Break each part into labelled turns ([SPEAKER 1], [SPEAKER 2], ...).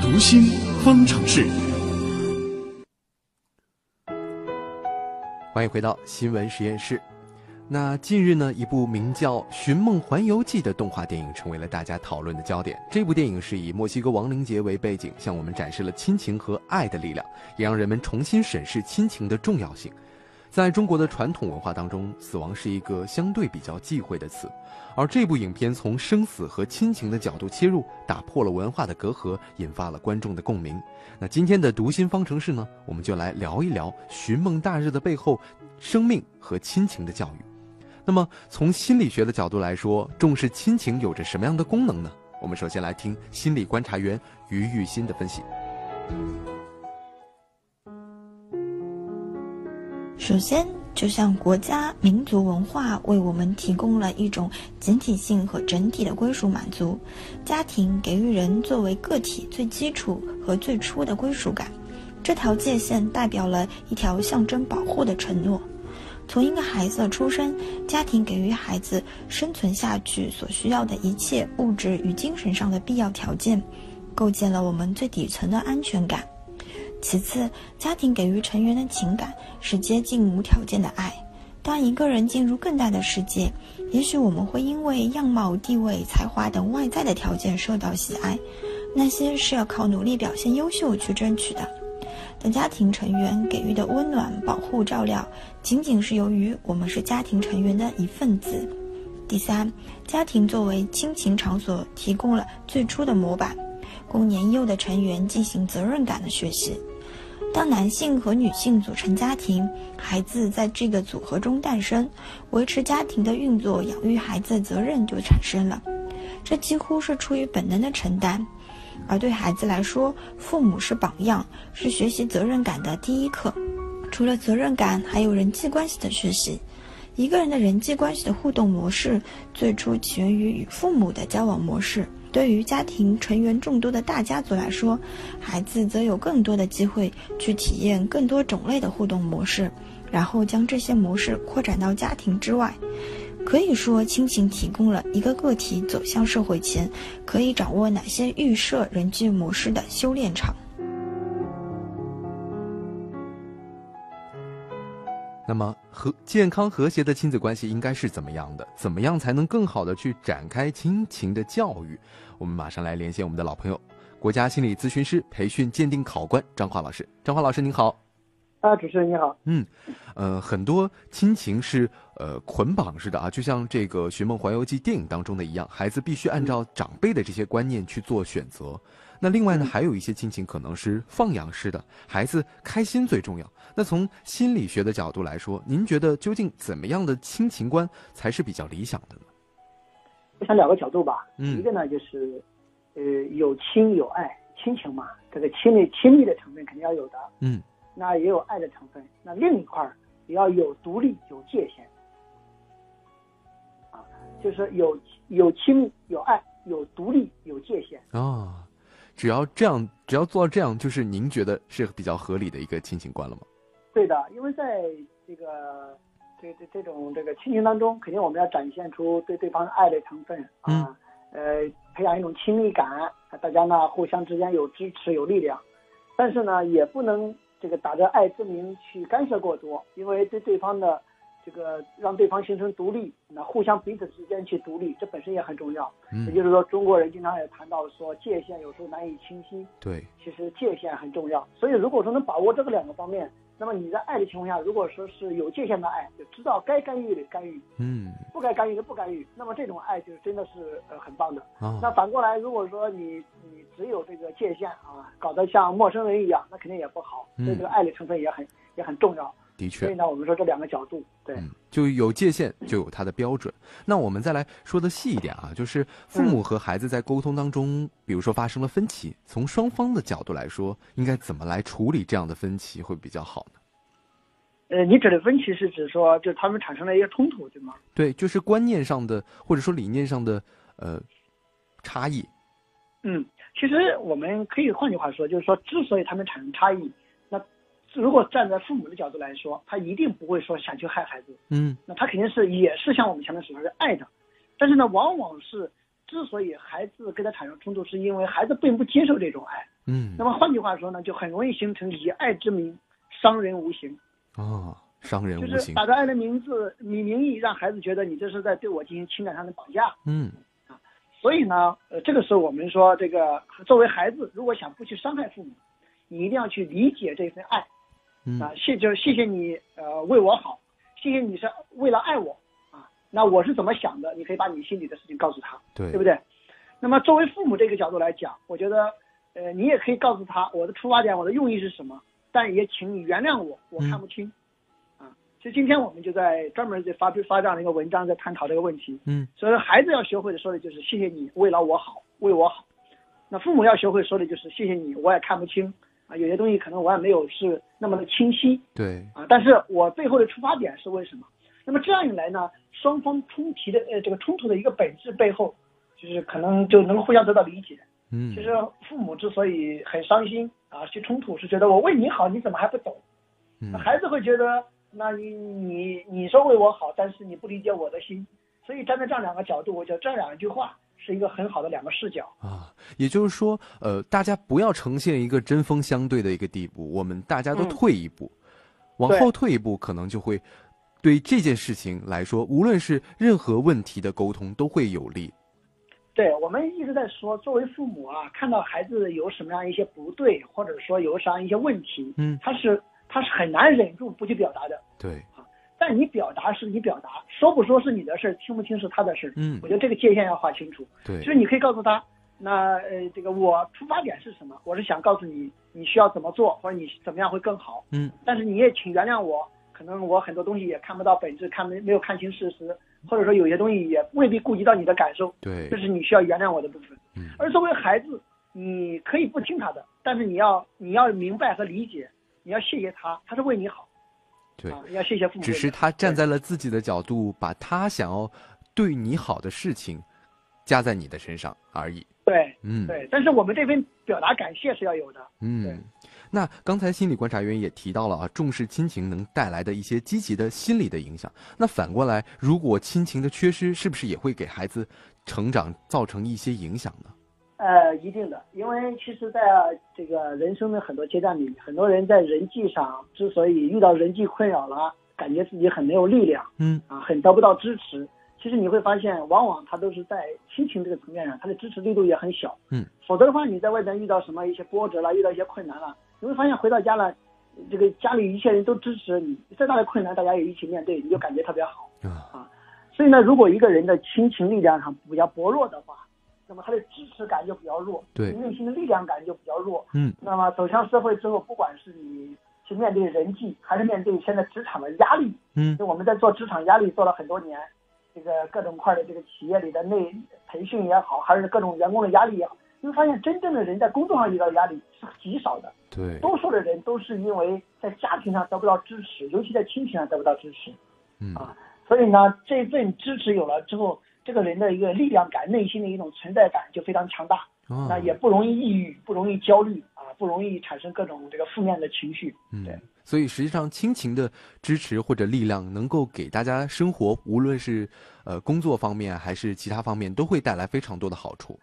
[SPEAKER 1] 读心方程式。
[SPEAKER 2] 欢迎回到新闻实验室。那近日呢，一部名叫《寻梦环游记》的动画电影成为了大家讨论的焦点。这部电影是以墨西哥亡灵节为背景，向我们展示了亲情和爱的力量，也让人们重新审视亲情的重要性。在中国的传统文化当中，死亡是一个相对比较忌讳的词，而这部影片从生死和亲情的角度切入，打破了文化的隔阂，引发了观众的共鸣。那今天的读心方程式呢，我们就来聊一聊寻梦大日的背后，生命和亲情的教育。那么，从心理学的角度来说，重视亲情有着什么样的功能呢？我们首先来听心理观察员于玉新的分析。
[SPEAKER 3] 首先，就像国家、民族文化为我们提供了一种集体性和整体的归属满足，家庭给予人作为个体最基础和最初的归属感。这条界限代表了一条象征保护的承诺。从一个孩子的出生，家庭给予孩子生存下去所需要的一切物质与精神上的必要条件，构建了我们最底层的安全感。其次，家庭给予成员的情感是接近无条件的爱。当一个人进入更大的世界，也许我们会因为样貌、地位、才华等外在的条件受到喜爱，那些是要靠努力表现优秀去争取的。但家庭成员给予的温暖、保护、照料，仅仅是由于我们是家庭成员的一份子。第三，家庭作为亲情场所提供了最初的模板，供年幼的成员进行责任感的学习。当男性和女性组成家庭，孩子在这个组合中诞生，维持家庭的运作、养育孩子的责任就产生了。这几乎是出于本能的承担。而对孩子来说，父母是榜样，是学习责任感的第一课。除了责任感，还有人际关系的学习。一个人的人际关系的互动模式，最初起源于与父母的交往模式。对于家庭成员众多的大家族来说，孩子则有更多的机会去体验更多种类的互动模式，然后将这些模式扩展到家庭之外。可以说，亲情提供了一个个体走向社会前可以掌握哪些预设人际模式的修炼场。
[SPEAKER 2] 那么和健康和谐的亲子关系应该是怎么样的？怎么样才能更好的去展开亲情的教育？我们马上来连线我们的老朋友，国家心理咨询师培训鉴定考官张华老师。张华老师您好，
[SPEAKER 4] 啊，主持人你好，
[SPEAKER 2] 嗯，呃，很多亲情是呃捆绑式的啊，就像这个《寻梦环游记》电影当中的一样，孩子必须按照长辈的这些观念去做选择。那另外呢，还有一些亲情可能是放养式的，孩子开心最重要。那从心理学的角度来说，您觉得究竟怎么样的亲情观才是比较理想的呢？
[SPEAKER 4] 我想两个角度吧，
[SPEAKER 2] 嗯
[SPEAKER 4] 一个呢就是，呃，有亲有爱，亲情嘛，这个亲密亲密的成分肯定要有的，
[SPEAKER 2] 嗯
[SPEAKER 4] 那也有爱的成分，那另一块儿也要有独立有界限，啊，就是有有亲有爱有独立有界限，
[SPEAKER 2] 啊、只要这样，只要做到这样，就是您觉得是比较合理的一个亲情观了吗？
[SPEAKER 4] 对的，因为在这个这这这种这个亲情当中，肯定我们要展现出对对方的爱的成分啊，呃，培养一种亲密感，啊大家呢互相之间有支持有力量，但是呢也不能这个打着爱之名去干涉过多，因为对对方的这个让对方形成独立，那互相彼此之间去独立，这本身也很重要。也
[SPEAKER 2] 嗯，
[SPEAKER 4] 就是说，中国人经常也谈到说界限有时候难以清晰，
[SPEAKER 2] 对，
[SPEAKER 4] 其实界限很重要。所以如果说能把握这个两个方面，那么你在爱的情况下，如果说是有界限的爱，就知道该干预的干预，
[SPEAKER 2] 嗯
[SPEAKER 4] 不该干预的不干预，那么这种爱就是真的是呃很棒的。
[SPEAKER 2] 啊、
[SPEAKER 4] 那反过来，如果说你你只有这个界限啊，搞得像陌生人一样，那肯定也不好。
[SPEAKER 2] 嗯
[SPEAKER 4] 所以这个爱的成分也很也很重要。
[SPEAKER 2] 的
[SPEAKER 4] 所以
[SPEAKER 2] 确，
[SPEAKER 4] 呢，我们说这两个角度，对，
[SPEAKER 2] 嗯，就有界限，就有它的标准。那我们再来说的细一点啊，就是父母和孩子在沟通当
[SPEAKER 4] 嗯
[SPEAKER 2] 中，比如说发生了分歧，从双方的角度来说，应该怎么来处理这样的分歧会比较好呢？
[SPEAKER 4] 呃，你指的分歧是指说，就是他们产生了一个冲突，对吗？
[SPEAKER 2] 对，就是观念上的或者说理念上的呃差异。
[SPEAKER 4] 嗯，其实我们可以换句话说，就是说，之所以他们产生差异，那如果站在父母的角度来说，他一定不会说想去害孩子，
[SPEAKER 2] 嗯
[SPEAKER 4] 那他肯定是也是像我们前面所说的爱的，但是呢，往往是之所以孩子跟他产生冲突，是因为孩子并不接受这种爱。
[SPEAKER 2] 嗯
[SPEAKER 4] 那么换句话说呢，就很容易形成以爱之名伤人无形，
[SPEAKER 2] 哦，伤人
[SPEAKER 4] 就
[SPEAKER 2] 无
[SPEAKER 4] 是
[SPEAKER 2] 形，
[SPEAKER 4] 打着爱的名字，你名义让孩子觉得你这是在对我进行情感上的绑架。
[SPEAKER 2] 嗯
[SPEAKER 4] 所以呢，呃，这个时候我们说，这个作为孩子，如果想不去伤害父母，你一定要去理解这份爱
[SPEAKER 2] 嗯
[SPEAKER 4] 啊，谢就是谢谢你呃为我好，谢谢你是为了爱我啊，那我是怎么想的，你可以把你心里的事情告诉他。
[SPEAKER 2] 对
[SPEAKER 4] 对不对？那么作为父母这个角度来讲，我觉得，呃，你也可以告诉他我的出发点，我的用意是什么，但也请你原谅我，我
[SPEAKER 2] 嗯
[SPEAKER 4] 看不清，啊，所以今天我们就在专门就发发这样的一个文章，在探讨这个问题。
[SPEAKER 2] 嗯
[SPEAKER 4] 所以孩子要学会的说的就是谢谢你为了我好，为我好。那父母要学会说的就是谢谢你，我也看不清啊，有些东西可能我也没有是那么的清晰，
[SPEAKER 2] 对
[SPEAKER 4] 啊，但是我最后的出发点是为什么？那么这样一来呢，双方冲突的呃这个冲突的一个本质背后，就是可能就能够互相得到理解。
[SPEAKER 2] 嗯
[SPEAKER 4] 其实父母之所以很伤心啊，去冲突是觉得我为你好，你怎么还不懂？
[SPEAKER 2] 嗯
[SPEAKER 4] 那孩子会觉得，那你你你说为我好，但是你不理解我的心。所以站在这样两个角度，我觉得这两句话是一个很好的两个视角。
[SPEAKER 2] 啊，也就是说，呃，大家不要呈现一个针锋相对的一个地步，我们大家都
[SPEAKER 4] 嗯
[SPEAKER 2] 退一步，往
[SPEAKER 4] 对
[SPEAKER 2] 后退一步，可能就会对这件事情来说，无论是任何问题的沟通都会有利。
[SPEAKER 4] 对我们一直在说，作为父母啊，看到孩子有什么样一些不对，或者说有什么样一些问题，
[SPEAKER 2] 嗯，
[SPEAKER 4] 他是他是很难忍住不去表达的。
[SPEAKER 2] 对，
[SPEAKER 4] 但你表达是你表达，说不说是你的事儿，听不听是他的事儿。
[SPEAKER 2] 嗯
[SPEAKER 4] 我觉得这个界限要划清楚。
[SPEAKER 2] 对
[SPEAKER 4] 就，是你可以告诉他，那呃，这个我出发点是什么？我是想告诉你，你需要怎么做，或者你怎么样会更好。
[SPEAKER 2] 嗯，
[SPEAKER 4] 但是你也请原谅我，可能我很多东西也看不到本质，看没没有看清事实，或者说有些东西也未必顾及到你的感受。
[SPEAKER 2] 对
[SPEAKER 4] 这，是你需要原谅我的部分。
[SPEAKER 2] 嗯
[SPEAKER 4] 而作为孩子，你可以不听他的，但是你要你要明白和理解，你要谢谢他，他是为你好。
[SPEAKER 2] 对
[SPEAKER 4] 啊，你要谢谢父母为
[SPEAKER 2] 只
[SPEAKER 4] 你好。
[SPEAKER 2] 是他站
[SPEAKER 4] 对
[SPEAKER 2] 在了自己的角度，把他想要对你好的事情加在你的身上而已。
[SPEAKER 4] 对
[SPEAKER 2] 嗯，
[SPEAKER 4] 对，但是我们这份表达感谢是要有的。对
[SPEAKER 2] 嗯，那刚才心理观察员也提到了啊，重视亲情能带来的一些积极的心理的影响。那反过来，如果亲情的缺失，是不是也会给孩子成长造成一些影响呢？
[SPEAKER 4] 呃，一定的，因为其实在这个人生的很多阶段里，很多人在人际上之所以遇到人际困扰了，感觉自己很没有力量
[SPEAKER 2] 嗯
[SPEAKER 4] 啊，很得不到支持。其实你会发现，往往他都是在亲情这个层面上，他的支持力度也很小。
[SPEAKER 2] 嗯，
[SPEAKER 4] 否则的话，你在外边遇到什么一些波折了，遇到一些困难了，你会发现回到家了，这个家里一切人都支持你，再大的困难大家也一起面对，你就感觉特别好。
[SPEAKER 2] 啊，
[SPEAKER 4] 所以呢，如果一个人的亲情力量上比较薄弱的话，那么他的支持感就比较弱，
[SPEAKER 2] 对
[SPEAKER 4] 你内心的力量感就比较弱。
[SPEAKER 2] 嗯，
[SPEAKER 4] 那么走向社会之后，不管是你去面对人际，还是面对现在职场的压力，
[SPEAKER 2] 嗯
[SPEAKER 4] 就我们在做职场压力做了很多年，这个各种块的这个企业里的内培训也好，还是各种员工的压力也好，你会发现真正的人在工作上遇到压力是极少的，
[SPEAKER 2] 对，
[SPEAKER 4] 多数的人都是因为在家庭上得不到支持，尤其在亲情上得不到支持。
[SPEAKER 2] 嗯
[SPEAKER 4] 啊所以呢，这份支持有了之后，这个人的一个力量感、内心的一种存在感就非常强大，
[SPEAKER 2] 啊
[SPEAKER 4] 那也不容易抑郁，不容易焦虑啊，不容易产生各种这个负面的情绪。对
[SPEAKER 2] 嗯，所以实际上亲情的支持或者力量，能够给大家生活，无论是呃工作方面还是其他方面，都会带来非常多的好处。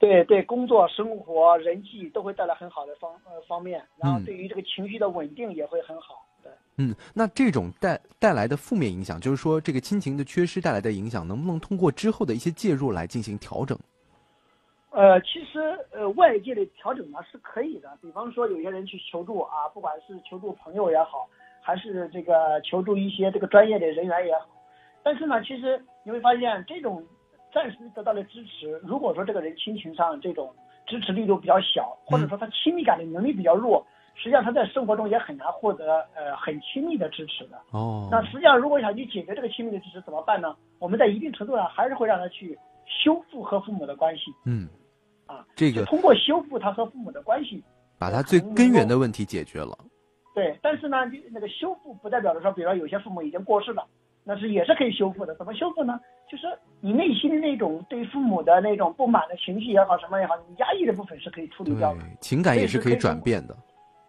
[SPEAKER 4] 对对，工作、生活、人际都会带来很好的方呃方面，然后
[SPEAKER 2] 嗯
[SPEAKER 4] 对于这个情绪的稳定也会很好。对，
[SPEAKER 2] 嗯，那这种带带来的负面影响，就是说这个亲情的缺失带来的影响，能不能通过之后的一些介入来进行调整？
[SPEAKER 4] 呃，其实呃外界的调整呢是可以的，比方说有些人去求助啊，不管是求助朋友也好，还是这个求助一些这个专业的人员也好，但是呢，其实你会发现这种暂时得到的支持，如果说这个人亲情上这种支持力度比较小，或者说他亲密感的能力比较弱，实际上他在生活中也很难获得呃很亲密的支持的。
[SPEAKER 2] 哦，
[SPEAKER 4] 那实际上，如果想去解决这个亲密的支持怎么办呢？我们在一定程度上还是会让他去修复和父母的关系。
[SPEAKER 2] 嗯，
[SPEAKER 4] 啊，
[SPEAKER 2] 这
[SPEAKER 4] 就
[SPEAKER 2] 个
[SPEAKER 4] 通过修复他和父母的关系。
[SPEAKER 2] 把它最根源的问题解决了。
[SPEAKER 4] 对，但是呢，那个修复不代表着说，比如说有些父母已经过世了，那是也是可以修复的。怎么修复呢？就是你内心的那种对父母的那种不满的情绪也好，什么也好，你压抑的部分是可以处理
[SPEAKER 2] 对
[SPEAKER 4] 掉的。，
[SPEAKER 2] 情感也是可以转变的。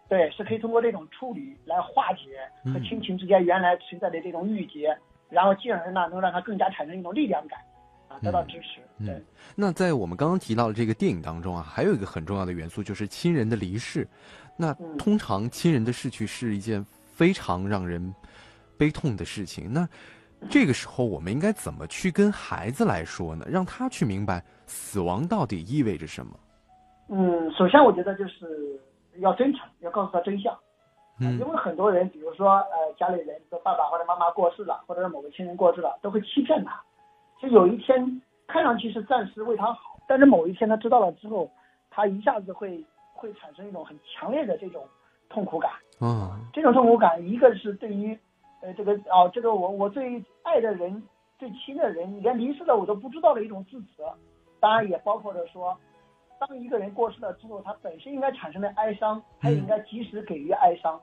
[SPEAKER 4] 对，是可以通过这种处理来化解和
[SPEAKER 2] 嗯
[SPEAKER 4] 亲情之间原来存在的这种郁结，然后进而呢，能让他更加产生一种力量感。啊，得到支持。
[SPEAKER 2] 嗯
[SPEAKER 4] 对，
[SPEAKER 2] 那在我们刚刚提到的这个电影当中啊，还有一个很重要的元素就是亲人的离世。那
[SPEAKER 4] 嗯
[SPEAKER 2] 通常亲人的逝去是一件非常让人悲痛的事情。那这个时候我们应该怎么去跟孩子来说呢？让他去明白死亡到底意味着什么？
[SPEAKER 4] 嗯，首先我觉得就是要真诚，要告诉他真相。
[SPEAKER 2] 嗯
[SPEAKER 4] 因为很多人，比如说呃家里人，比如爸爸或者妈妈过世了，或者是某个亲人过世了，都会欺骗他。就有一天看上去是暂时为他好，但是某一天他知道了之后，他一下子会会产生一种很强烈的这种痛苦感。
[SPEAKER 2] 啊，
[SPEAKER 4] 这种痛苦感，一个是对于呃这个哦、这个我我最爱的人、最亲的人，连离世了我都不知道的一种自责，当然也包括着说。当一个人过世了之后，他本身应该产生的哀伤，他也应该及时给予哀伤。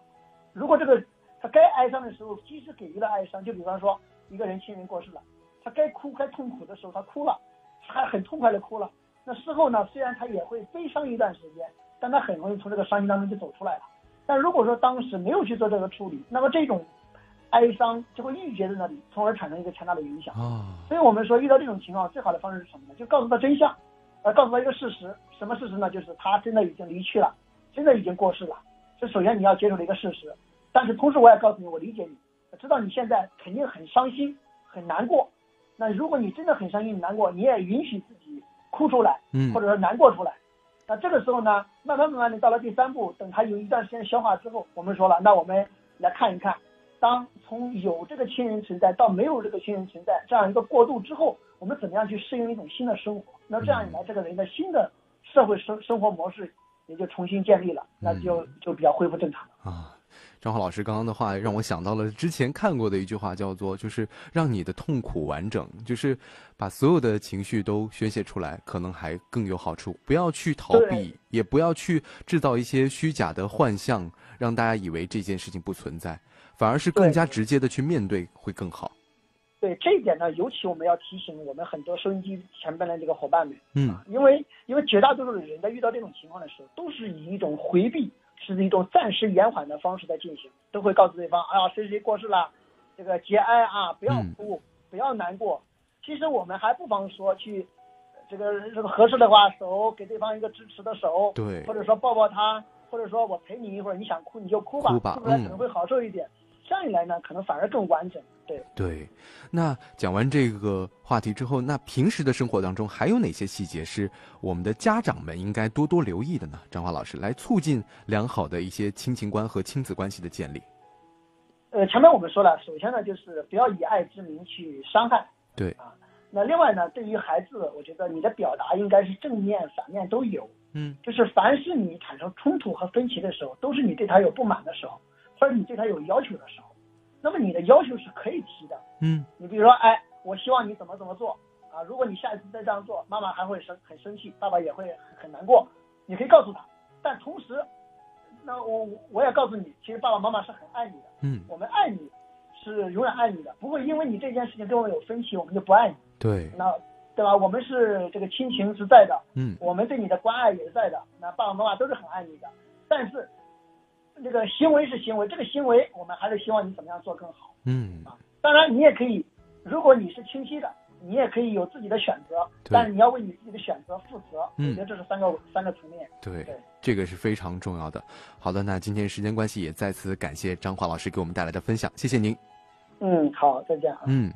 [SPEAKER 4] 如果这个他该哀伤的时候及时给予了哀伤，就比方说一个人亲人过世了，他该哭该痛苦的时候他哭了，他很痛快的哭了。那事后呢，虽然他也会悲伤一段时间，但他很容易从这个伤心当中就走出来了。但如果说当时没有去做这个处理，那么这种哀伤就会郁结在那里，从而产生一个强大的影响。
[SPEAKER 2] 啊，
[SPEAKER 4] 所以我们说，遇到这种情况，最好的方式是什么呢？就告诉他真相，呃，告诉他一个事实。什么事实呢？就是他真的已经离去了，真的已经过世了。这首先你要接受的一个事实，但是同时我也告诉你，我理解你，我知道你现在肯定很伤心，很难过。那如果你真的很伤心、很难过，你也允许自己哭出来，
[SPEAKER 2] 嗯
[SPEAKER 4] 或者说难过出来。那这个时候呢，慢慢慢慢的到了第三步，等他有一段时间消化之后，我们说了，那我们来看一看，当从有这个亲人存在到没有这个亲人存在这样一个过渡之后，我们怎么样去适应一种新的生活？那这样一来，这个人的新的社会生生活模式也就重新建立了，那就就比较恢复正常了。
[SPEAKER 2] 啊，张浩老师刚刚的话让我想到了之前看过的一句话，叫做“就是让你的痛苦完整”，就是把所有的情绪都宣泄出来，可能还更有好处。不要去逃避
[SPEAKER 4] 对，
[SPEAKER 2] 也不要去制造一些虚假的幻象，让大家以为这件事情不存在，反而是更
[SPEAKER 4] 对
[SPEAKER 2] 加直接的去面对会更好。
[SPEAKER 4] 对这一点呢，尤其我们要提醒我们很多收音机前边的这个伙伴们，
[SPEAKER 2] 嗯
[SPEAKER 4] 啊因为因为绝大多数的人在遇到这种情况的时候，都是以一种回避，是一种暂时延缓的方式在进行，都会告诉对方，哎呀，谁谁过世了，这个节哀啊，不要
[SPEAKER 2] 嗯
[SPEAKER 4] 哭，不要难过。其实我们还不妨说去，呃这个这个合适的话，手给对方一个支持的手，
[SPEAKER 2] 对
[SPEAKER 4] 或者说抱抱他，或者说我陪你一会儿，你想哭你就哭吧，
[SPEAKER 2] 哭吧
[SPEAKER 4] 哭出来
[SPEAKER 2] 嗯
[SPEAKER 4] 可能会好受一点。这样一来呢，可能反而更完整。对，
[SPEAKER 2] 对，那讲完这个话题之后，那平时的生活当中还有哪些细节是我们的家长们应该多多留意的呢？张华老师，来促进良好的一些亲情观和亲子关系的建立。
[SPEAKER 4] 呃，前面我们说了，首先呢，就是不要以爱之名去伤害。啊
[SPEAKER 2] 对，
[SPEAKER 4] 那另外呢，对于孩子，我觉得你的表达应该是正面、反面都有。
[SPEAKER 2] 嗯，
[SPEAKER 4] 就是凡是你产生冲突和分歧的时候，都是你对他有不满的时候，或者你对他有要求的时候。那么你的要求是可以提的。
[SPEAKER 2] 嗯
[SPEAKER 4] 你比如说，哎，我希望你怎么怎么做啊？如果你下一次再这样做，妈妈还会生很生气，爸爸也会很很难过。你可以告诉他，但同时，那我我我也告诉你，其实爸爸妈妈是很爱你的。
[SPEAKER 2] 嗯，
[SPEAKER 4] 我们爱你，是永远爱你的，不会因为你这件事情跟我有分歧，我们就不爱你。
[SPEAKER 2] 对，
[SPEAKER 4] 那对吧？我们是这个亲情是在的，
[SPEAKER 2] 嗯
[SPEAKER 4] 我们对你的关爱也是在的。那爸爸妈妈都是很爱你的，但是这个行为是行为，这个行为我们还是希望你怎么样做更好。
[SPEAKER 2] 嗯
[SPEAKER 4] 当然，你也可以，如果你是清晰的，你也可以有自己的选择，
[SPEAKER 2] 对
[SPEAKER 4] 但是你要为你自己的选择负责。
[SPEAKER 2] 嗯
[SPEAKER 4] 我觉得这是三个三个层面。
[SPEAKER 2] 对
[SPEAKER 4] 对，
[SPEAKER 2] 这个是非常重要的。好的，那今天时间关系，也再次感谢张华老师给我们带来的分享，谢谢您。
[SPEAKER 4] 嗯，好，再见啊。
[SPEAKER 2] 嗯。